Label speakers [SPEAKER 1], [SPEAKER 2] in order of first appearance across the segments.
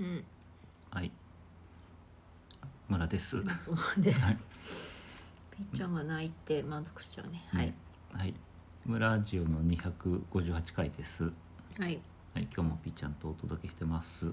[SPEAKER 1] うん、
[SPEAKER 2] はい村ですは
[SPEAKER 1] そうです。
[SPEAKER 2] はい
[SPEAKER 1] ピッちゃんが泣いて満足しちゃうね。
[SPEAKER 2] うん
[SPEAKER 1] はい。
[SPEAKER 2] い村ジオの258回ですは
[SPEAKER 1] はい。
[SPEAKER 2] い今日もぴーちゃんとお届けしてます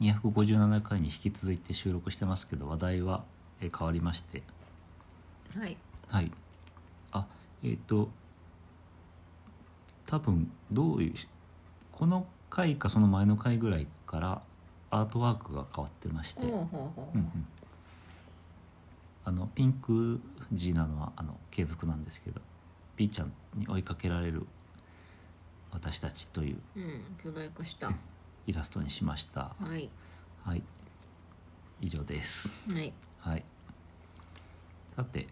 [SPEAKER 2] 257回に引き続いて収録してますけど話題はえー変わりまして
[SPEAKER 1] はい。
[SPEAKER 2] はいあえっ、と多分どういうしこの回かその前の回ぐらいからアートワークが変わってまして
[SPEAKER 1] ほうほうほ
[SPEAKER 2] う
[SPEAKER 1] うん
[SPEAKER 2] うんあのピンク地なのはあの継続なんですけどピーちゃんに追いかけられる私たちという
[SPEAKER 1] う。うん。巨大化した。
[SPEAKER 2] イラストにしました
[SPEAKER 1] はい。
[SPEAKER 2] はい以上です
[SPEAKER 1] はい。
[SPEAKER 2] はいさて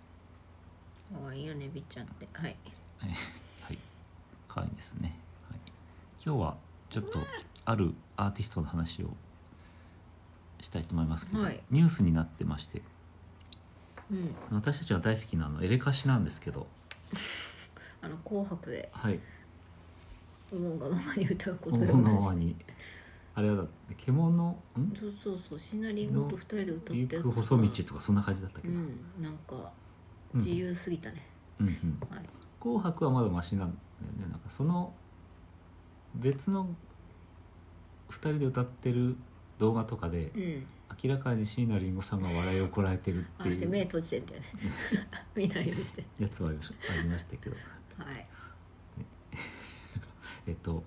[SPEAKER 1] 可愛いよね、ピッちゃんって。はい。
[SPEAKER 2] えーはい可愛いですね、はい、今日はちょっとあるアーティストの話をしたいと思いますけど、
[SPEAKER 1] はい
[SPEAKER 2] ニュースになってまして
[SPEAKER 1] うん。
[SPEAKER 2] 私たちは大好きなあのエレカシなんですけど
[SPEAKER 1] あの紅白で
[SPEAKER 2] はい
[SPEAKER 1] 思うがままに歌うことで
[SPEAKER 2] 思う
[SPEAKER 1] 同じ
[SPEAKER 2] がままにあれはだって獣ん
[SPEAKER 1] そうそうそう、シナリンゴと二人で歌った
[SPEAKER 2] 行
[SPEAKER 1] やつ
[SPEAKER 2] く
[SPEAKER 1] が。
[SPEAKER 2] 細道とかそんな感じだったけ
[SPEAKER 1] う
[SPEAKER 2] ど、
[SPEAKER 1] ん。なんか
[SPEAKER 2] うん
[SPEAKER 1] 自由すぎたね。
[SPEAKER 2] うんうん
[SPEAKER 1] はい。
[SPEAKER 2] 紅白はまだマシなんだよねなんかその別の2人で歌ってる動画とかで
[SPEAKER 1] うん。
[SPEAKER 2] 明らかに椎名林檎さんが笑いをこらえてるっ
[SPEAKER 1] あ
[SPEAKER 2] て
[SPEAKER 1] れ
[SPEAKER 2] い
[SPEAKER 1] で目
[SPEAKER 2] う
[SPEAKER 1] 閉じてんだよね。 見ないようにして。
[SPEAKER 2] やつはありましありましたけど
[SPEAKER 1] はい。
[SPEAKER 2] えっと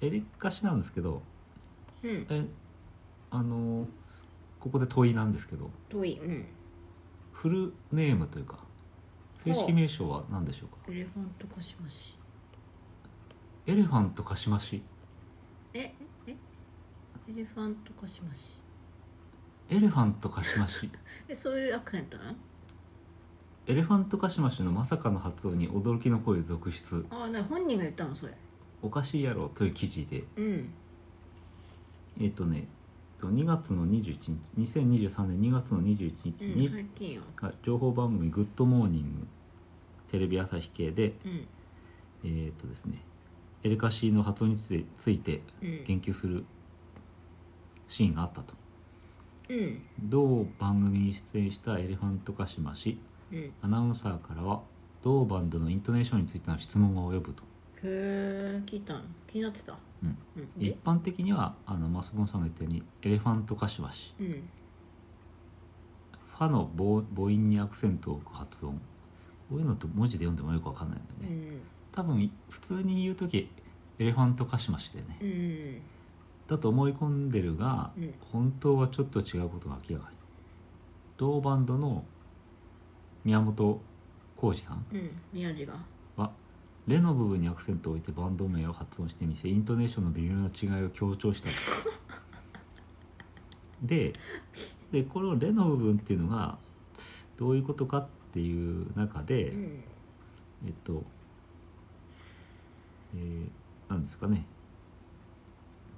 [SPEAKER 2] エレカシなんですけど
[SPEAKER 1] うん。
[SPEAKER 2] えあのここで問いなんですけど
[SPEAKER 1] 遠い。うん。
[SPEAKER 2] フルネームというか正式名称は何でしょうか
[SPEAKER 1] エレファントカシマシ。
[SPEAKER 2] エレファントカシマシ
[SPEAKER 1] ええエレファントカシマシ
[SPEAKER 2] エレファントカシマシ
[SPEAKER 1] えそういうアクセントなの
[SPEAKER 2] エレファントカシマシのまさかの発音に驚きの声続出
[SPEAKER 1] ああな本人が言ったのそれ
[SPEAKER 2] おかしいやろという記事で
[SPEAKER 1] うん
[SPEAKER 2] えっ、とねえっと2月の21日2023年2月の21日
[SPEAKER 1] うん、
[SPEAKER 2] に、
[SPEAKER 1] 最近よ
[SPEAKER 2] あ情報番組「グッドモーニング」テレビ朝日系で
[SPEAKER 1] うん
[SPEAKER 2] えっ、とですねエレカシの発音についてついて
[SPEAKER 1] うん
[SPEAKER 2] 言及するシーンがあったと
[SPEAKER 1] うん
[SPEAKER 2] 同番組に出演したエレファントカシマシ
[SPEAKER 1] うんへ
[SPEAKER 2] アナウンサーからは同バンドのイントネーションについての質問が及ぶと、
[SPEAKER 1] え聞いたの気になってた
[SPEAKER 2] うん
[SPEAKER 1] うん
[SPEAKER 2] 一
[SPEAKER 1] で
[SPEAKER 2] 般的にはあのマスボンさんが言ったようにエレファントカシマシ
[SPEAKER 1] うん
[SPEAKER 2] ファの母母音にアクセントを置く発音こういうのと文字で読んでもよくわかんないんだよ
[SPEAKER 1] う
[SPEAKER 2] ね、
[SPEAKER 1] ん
[SPEAKER 2] 多分普通に言う時エレファントカシマシだよね、
[SPEAKER 1] うん
[SPEAKER 2] だと思い込んでるが、
[SPEAKER 1] うん
[SPEAKER 2] 本当はちょっと違うことが明らかに同バンドの宮本浩二さん
[SPEAKER 1] うん宮地が
[SPEAKER 2] は「レ」の部分にアクセントを置いてバンド名を発音してみせイントネーションの微妙な違いを強調したとででこの「レ」の部分っていうのがどういうことかっていう中で、
[SPEAKER 1] うん
[SPEAKER 2] えっとえーなんですかね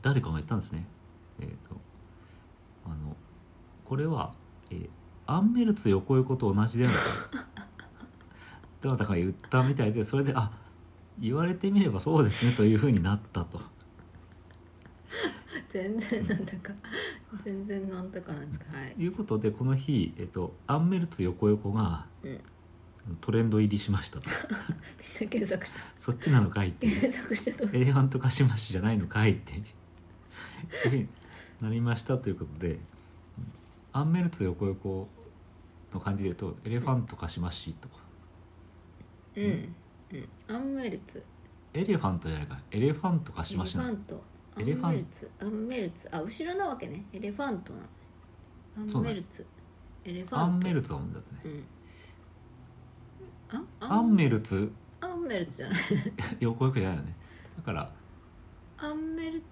[SPEAKER 2] 誰かが言ったんですねえっ、とあのこれは、えーアンメルツ横横と同じであると どなたかが言ったみたいでそれであ言われてみればそうですねというふうになったと
[SPEAKER 1] 全然なんだか全然なんだかなんですかはい
[SPEAKER 2] いうことでこの日、えっとアンメルツ横横が
[SPEAKER 1] うんみんな
[SPEAKER 2] トレンド入りしましたと
[SPEAKER 1] 検索した
[SPEAKER 2] そっちなのかいっていう
[SPEAKER 1] 検索してどう
[SPEAKER 2] エ
[SPEAKER 1] す
[SPEAKER 2] レ
[SPEAKER 1] る
[SPEAKER 2] ファントカシマシじゃないのかいっていうふうになりましたということでアンメルツ横横の感じで言うとエレファントカシマシとか
[SPEAKER 1] うんうんアンメルツ
[SPEAKER 2] エレファントじゃないかエレファントカ
[SPEAKER 1] エ
[SPEAKER 2] シ
[SPEAKER 1] レ
[SPEAKER 2] マ
[SPEAKER 1] フ
[SPEAKER 2] シな
[SPEAKER 1] ァ
[SPEAKER 2] の
[SPEAKER 1] ント
[SPEAKER 2] エレファン
[SPEAKER 1] アンメルツアンメルツあ後ろなわけねエレファントなの
[SPEAKER 2] そ
[SPEAKER 1] ア
[SPEAKER 2] う
[SPEAKER 1] ン
[SPEAKER 2] だ
[SPEAKER 1] メ
[SPEAKER 2] ね
[SPEAKER 1] ルツエレファント
[SPEAKER 2] アンメルツだもんだってね
[SPEAKER 1] うんあ
[SPEAKER 2] ア
[SPEAKER 1] ア
[SPEAKER 2] ン
[SPEAKER 1] ン
[SPEAKER 2] メルツ
[SPEAKER 1] アンメルツじゃない
[SPEAKER 2] 横横じゃないよねだから
[SPEAKER 1] アンメルツ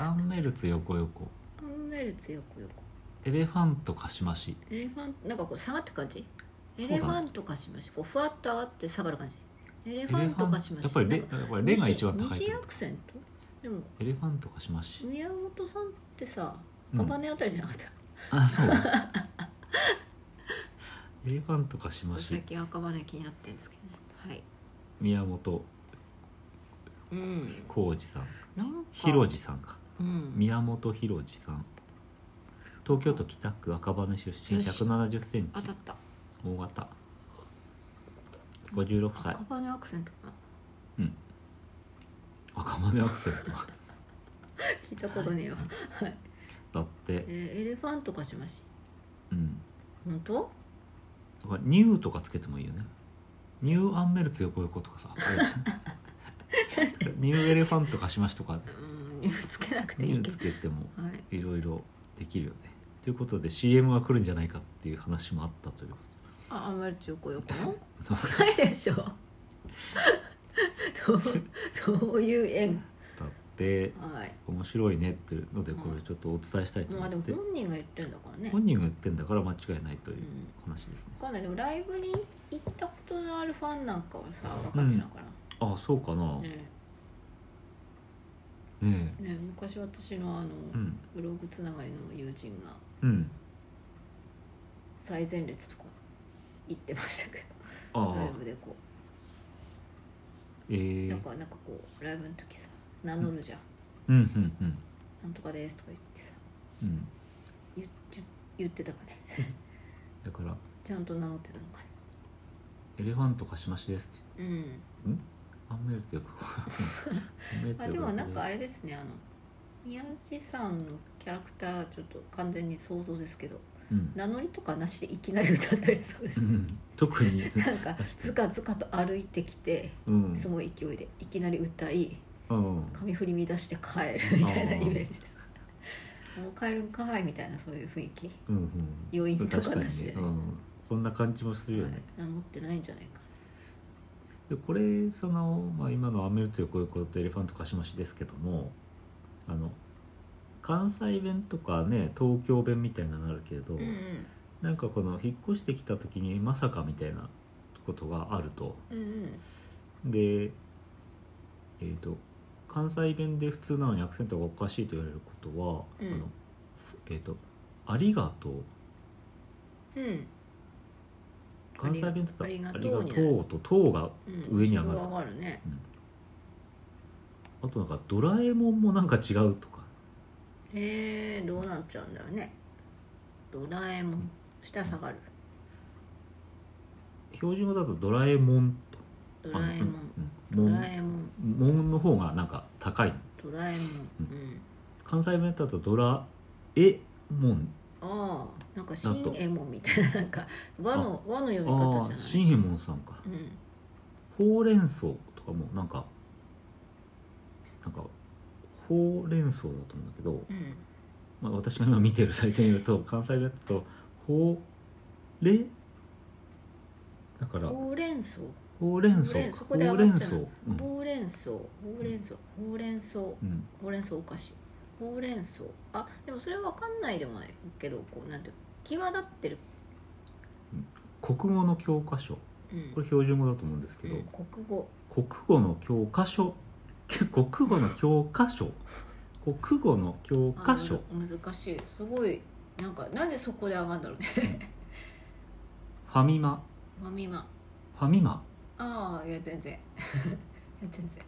[SPEAKER 1] アン
[SPEAKER 2] アンメルツ横横
[SPEAKER 1] アンメルツ横横
[SPEAKER 2] エレファントカシマシ
[SPEAKER 1] エレファントなんかこう下がってく感じ
[SPEAKER 2] うだ
[SPEAKER 1] エ
[SPEAKER 2] ね
[SPEAKER 1] レファントかしましこうふわっと上がって下がる感じエレ
[SPEAKER 2] エ
[SPEAKER 1] ファントかし
[SPEAKER 2] レファ
[SPEAKER 1] ま
[SPEAKER 2] ン
[SPEAKER 1] し
[SPEAKER 2] やっぱりレ
[SPEAKER 1] なんか
[SPEAKER 2] やっぱりレが一番高い
[SPEAKER 1] 西
[SPEAKER 2] と
[SPEAKER 1] 西
[SPEAKER 2] 思
[SPEAKER 1] ア
[SPEAKER 2] う
[SPEAKER 1] クセントでも
[SPEAKER 2] エレファントカシマシ
[SPEAKER 1] 宮本さんってさ
[SPEAKER 2] うん
[SPEAKER 1] 赤羽あたりじゃなかった、
[SPEAKER 2] あ そうエレファントカシマシ
[SPEAKER 1] 最近赤羽気になってるんですけどねはい
[SPEAKER 2] 宮本
[SPEAKER 1] うん
[SPEAKER 2] 浩二さん
[SPEAKER 1] なんか
[SPEAKER 2] 広二さんか
[SPEAKER 1] うん
[SPEAKER 2] 宮本浩次さん東京都北区赤羽出身1
[SPEAKER 1] よし
[SPEAKER 2] 7 0センチ
[SPEAKER 1] 当たった
[SPEAKER 2] 大型56歳
[SPEAKER 1] 赤羽アクセントかな
[SPEAKER 2] うん赤羽アクセント
[SPEAKER 1] 聞いたことねえわはい
[SPEAKER 2] だって
[SPEAKER 1] えーエレファントかしまし
[SPEAKER 2] うん
[SPEAKER 1] 本当
[SPEAKER 2] だからニューとかつけてもいいよねニューアンメルツ横横とかさ ニューエレファントかしましとか
[SPEAKER 1] うんつけなくてい
[SPEAKER 2] ニ
[SPEAKER 1] い
[SPEAKER 2] ュー
[SPEAKER 1] け
[SPEAKER 2] つ
[SPEAKER 1] ど
[SPEAKER 2] けても
[SPEAKER 1] はい
[SPEAKER 2] いろいろできるよねということで CM が来るんじゃないかっていう話もあったというこ
[SPEAKER 1] ああんまり中古横 の
[SPEAKER 2] とだ
[SPEAKER 1] ないでしょどうどういう
[SPEAKER 2] っ
[SPEAKER 1] 縁
[SPEAKER 2] て
[SPEAKER 1] はい
[SPEAKER 2] 面白いねっていうのでこれちょっとお伝えしたいと思
[SPEAKER 1] まあで
[SPEAKER 2] っ
[SPEAKER 1] も
[SPEAKER 2] て
[SPEAKER 1] 本人が言ってるんだからね
[SPEAKER 2] 本人が言ってんだから間違いないといううん話ですね
[SPEAKER 1] わかんないでもライブに行ったことのあるファンなんかはさ分かってたから、
[SPEAKER 2] ああそうかなね
[SPEAKER 1] ね
[SPEAKER 2] え
[SPEAKER 1] ね昔私のあの、
[SPEAKER 2] うん
[SPEAKER 1] ブログつながりの友人が
[SPEAKER 2] うん
[SPEAKER 1] 最前列とか行ってましたけど
[SPEAKER 2] あ
[SPEAKER 1] ライ
[SPEAKER 2] あ
[SPEAKER 1] ブでこ
[SPEAKER 2] ええ
[SPEAKER 1] う
[SPEAKER 2] ー
[SPEAKER 1] なん、かなんかこうライブの時さ名乗るじゃん、
[SPEAKER 2] うんうんうん
[SPEAKER 1] なんとかですとか言ってさ
[SPEAKER 2] うん
[SPEAKER 1] 言言言ってたかね
[SPEAKER 2] だから
[SPEAKER 1] ちゃんと名乗ってたのかね
[SPEAKER 2] エレファントかしましですって
[SPEAKER 1] うん
[SPEAKER 2] アンメルツよくアンメ ルツ
[SPEAKER 1] あ
[SPEAKER 2] よく
[SPEAKER 1] でもなんかあれですねあの宮地さんのキャラクターちょっと完全に想像ですけど
[SPEAKER 2] うん、
[SPEAKER 1] 名乗りとかなしでいきなり歌ったりしそうです、
[SPEAKER 2] うん、特 に
[SPEAKER 1] なんか
[SPEAKER 2] かに
[SPEAKER 1] ずかずかと歩いてきて
[SPEAKER 2] うん
[SPEAKER 1] すごい勢いでいきなり歌い
[SPEAKER 2] うん
[SPEAKER 1] 髪振り乱して帰るみたいな
[SPEAKER 2] あ
[SPEAKER 1] イ
[SPEAKER 2] ー
[SPEAKER 1] メージですもう帰るんかいみたいなそういう雰囲気
[SPEAKER 2] うんうん
[SPEAKER 1] 余韻とかなしでね
[SPEAKER 2] 確かにねうん、そんな感じもするよ
[SPEAKER 1] はい
[SPEAKER 2] ね、
[SPEAKER 1] 名乗ってないんじゃないか
[SPEAKER 2] でこれその、まあ、今の「アメルツよこよこと「エレファントカシマシ」ですけどもあの関西弁とかね東京弁みたいなのあるけれど、
[SPEAKER 1] なうん
[SPEAKER 2] なんかこの引っ越してきた時にまさかみたいなことがあると
[SPEAKER 1] うんうん
[SPEAKER 2] でえー、と関西弁で普通なのにアクセントがおかしいと言われることは、
[SPEAKER 1] うん
[SPEAKER 2] あのえー、と「ありがとう」
[SPEAKER 1] うんうん
[SPEAKER 2] 関西弁だった
[SPEAKER 1] あ
[SPEAKER 2] ら
[SPEAKER 1] りが
[SPEAKER 2] あ
[SPEAKER 1] とう
[SPEAKER 2] りが
[SPEAKER 1] にな
[SPEAKER 2] とう」と「とう」が
[SPEAKER 1] うん
[SPEAKER 2] 上に上がる
[SPEAKER 1] 上がるね
[SPEAKER 2] あとなんか「ドラえもん」もなんか違うとか
[SPEAKER 1] えー、どうなっちゃうんだろうねドラえもん下下がる
[SPEAKER 2] 標準語だと「ドラえもん」と「
[SPEAKER 1] ドラえも
[SPEAKER 2] あ
[SPEAKER 1] ん
[SPEAKER 2] の
[SPEAKER 1] ド
[SPEAKER 2] うんうん
[SPEAKER 1] ラえもん
[SPEAKER 2] もん」もんの方がなんか高い
[SPEAKER 1] ドラえもん
[SPEAKER 2] う
[SPEAKER 1] うん
[SPEAKER 2] 関西弁だと「ドラえもん
[SPEAKER 1] ああなんか
[SPEAKER 2] なん
[SPEAKER 1] 新
[SPEAKER 2] と
[SPEAKER 1] 右衛門みたいななんか和の和の」読み
[SPEAKER 2] あ
[SPEAKER 1] 方じ
[SPEAKER 2] あ
[SPEAKER 1] ゃない
[SPEAKER 2] 新右衛門さんか
[SPEAKER 1] うん
[SPEAKER 2] ほうれん草とかもなんかなんかほうれん草だと思うんだけど、
[SPEAKER 1] うん
[SPEAKER 2] まあ、私が今見てるサイトによると関西弁だとほうれだから
[SPEAKER 1] ほうれん草
[SPEAKER 2] ほうれん草
[SPEAKER 1] ほうれん
[SPEAKER 2] か
[SPEAKER 1] そ
[SPEAKER 2] ほ
[SPEAKER 1] こで
[SPEAKER 2] う
[SPEAKER 1] 上
[SPEAKER 2] れ
[SPEAKER 1] が
[SPEAKER 2] ん
[SPEAKER 1] っ
[SPEAKER 2] 草
[SPEAKER 1] ちゃう
[SPEAKER 2] うん
[SPEAKER 1] ほうれん草ほうれん草ほうれん草
[SPEAKER 2] うん
[SPEAKER 1] ほうれん草おかしいほうれん草あでもそれは分かんないでもないけどこうなんていうか際立ってる、
[SPEAKER 2] 国語の教科書
[SPEAKER 1] うん、
[SPEAKER 2] これ標準語だと思うんですけど、
[SPEAKER 1] うん国語
[SPEAKER 2] 国語の教科書 国語の教科書国語の教
[SPEAKER 1] あ
[SPEAKER 2] 科書
[SPEAKER 1] むず難しいすごいなんかなんでそこで上がるんだろうね
[SPEAKER 2] ファミマ
[SPEAKER 1] まみま
[SPEAKER 2] ファミマ
[SPEAKER 1] ああいや全然 いや全然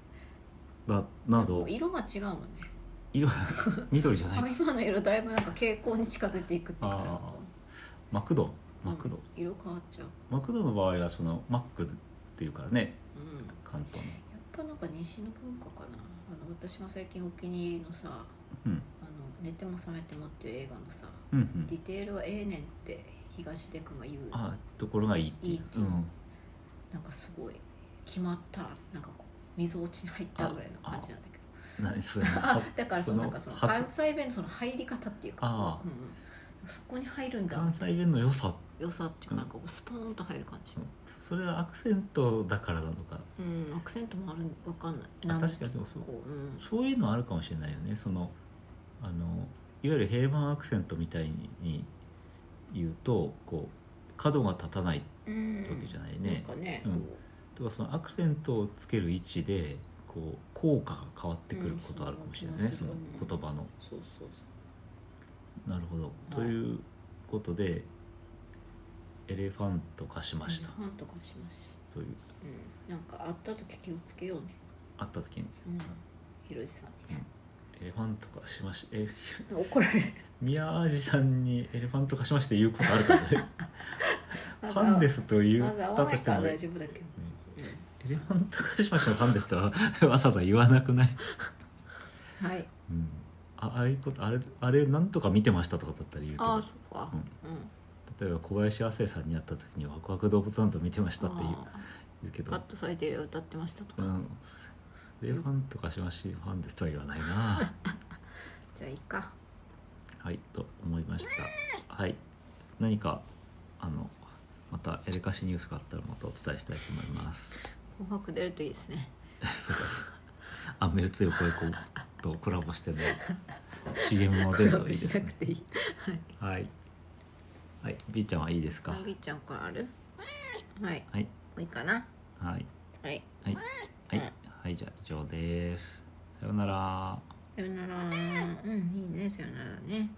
[SPEAKER 2] だな
[SPEAKER 1] も
[SPEAKER 2] ど
[SPEAKER 1] う色が違うもんね
[SPEAKER 2] 色 緑じゃない
[SPEAKER 1] あ今の色だいぶなんか傾向に近づいていくっていうかなんか
[SPEAKER 2] あマクドマクド、
[SPEAKER 1] うん色変わっちゃう、
[SPEAKER 2] マクドの場合はそのマックっていうからね
[SPEAKER 1] うん、や
[SPEAKER 2] 関東の
[SPEAKER 1] っぱなんか西の文化かなあの私が最近お気に入りのさ「あの
[SPEAKER 2] うん
[SPEAKER 1] 寝ても覚めても」っていう映画のさ
[SPEAKER 2] うんう
[SPEAKER 1] 「デ
[SPEAKER 2] ん
[SPEAKER 1] ィテールはええねん」って東出君が言う
[SPEAKER 2] ああところがいいっていう、
[SPEAKER 1] いいっていううんなんかすごい決まったなんかこう溝落ちに入ったぐらいの感じなんだけど
[SPEAKER 2] 何それ
[SPEAKER 1] あだからそのなんかその関
[SPEAKER 2] 初
[SPEAKER 1] 西弁のその入り方っていうか
[SPEAKER 2] あ、
[SPEAKER 1] うんうん、そこに入るんだ
[SPEAKER 2] 関西弁の良さ
[SPEAKER 1] 良さっていうかなんかこうスポーンと入る感じ
[SPEAKER 2] それはアクセントだからなのか
[SPEAKER 1] うん、アクセントもあるわかんない
[SPEAKER 2] あ
[SPEAKER 1] なん
[SPEAKER 2] 確かにでもそう
[SPEAKER 1] こう、うん、
[SPEAKER 2] そういうのあるかもしれないよねそのあのいわゆる平板アクセントみたいに言うとこう角が立たない
[SPEAKER 1] うん
[SPEAKER 2] わけじゃない
[SPEAKER 1] なん
[SPEAKER 2] ね、
[SPEAKER 1] かね、
[SPEAKER 2] うんとかそのアクセントをつける位置でこう効果が変わってくることあるかもしれないね、
[SPEAKER 1] うん
[SPEAKER 2] そ
[SPEAKER 1] そう
[SPEAKER 2] の言葉の。
[SPEAKER 1] そうそう
[SPEAKER 2] なるほど、ということで「エレファント化しまし
[SPEAKER 1] そう
[SPEAKER 2] た
[SPEAKER 1] ファンとかしまし」
[SPEAKER 2] という
[SPEAKER 1] うん、なんかあった時気をつけようね、
[SPEAKER 2] あった時に
[SPEAKER 1] うん、ひろしさんにね
[SPEAKER 2] 「エエレファント化しましえ
[SPEAKER 1] 怒られる
[SPEAKER 2] 宮地さんにエレファント化しまして言うことある からねファンですと言
[SPEAKER 1] ま
[SPEAKER 2] っ
[SPEAKER 1] ず合
[SPEAKER 2] た
[SPEAKER 1] わな
[SPEAKER 2] と
[SPEAKER 1] い
[SPEAKER 2] して
[SPEAKER 1] から
[SPEAKER 2] も、
[SPEAKER 1] 大丈夫だけど、
[SPEAKER 2] うん
[SPEAKER 1] う
[SPEAKER 2] エレファントカシマシのファンですとはわざわざ言わなくない、
[SPEAKER 1] んはい
[SPEAKER 2] うん、あああいうことあれあれなんとか見てましたとかだったら言うけ
[SPEAKER 1] あ
[SPEAKER 2] ど
[SPEAKER 1] あそっか
[SPEAKER 2] う
[SPEAKER 1] うんん、
[SPEAKER 2] 例えば小林亜生さんに会った時に「ワクワク動物なんと見てました」って言う
[SPEAKER 1] ああ
[SPEAKER 2] 言うけ
[SPEAKER 1] パッ
[SPEAKER 2] ど、
[SPEAKER 1] とされてる歌ってましたと
[SPEAKER 2] う
[SPEAKER 1] か、
[SPEAKER 2] ん、エレファントカシマシファンですとは言わないな
[SPEAKER 1] じゃあいいか
[SPEAKER 2] はいと思いましたはい何かあのまたエレカシニュースがあったらまたお伝えしたいと思います
[SPEAKER 1] 紅白出るといいですね
[SPEAKER 2] そうだアンメル強い声とコラボしての CM も出るといいで
[SPEAKER 1] し
[SPEAKER 2] す
[SPEAKER 1] な
[SPEAKER 2] ね
[SPEAKER 1] くていいはい
[SPEAKER 2] はい。はい、B ちゃんはいいですか
[SPEAKER 1] お。ぎちゃんからあるはい
[SPEAKER 2] はい、
[SPEAKER 1] もういいかな
[SPEAKER 2] はい、
[SPEAKER 1] はい
[SPEAKER 2] はい、は
[SPEAKER 1] うん
[SPEAKER 2] い、はい、じゃあ以上です。さようなら。
[SPEAKER 1] さよならうんいいねさよならね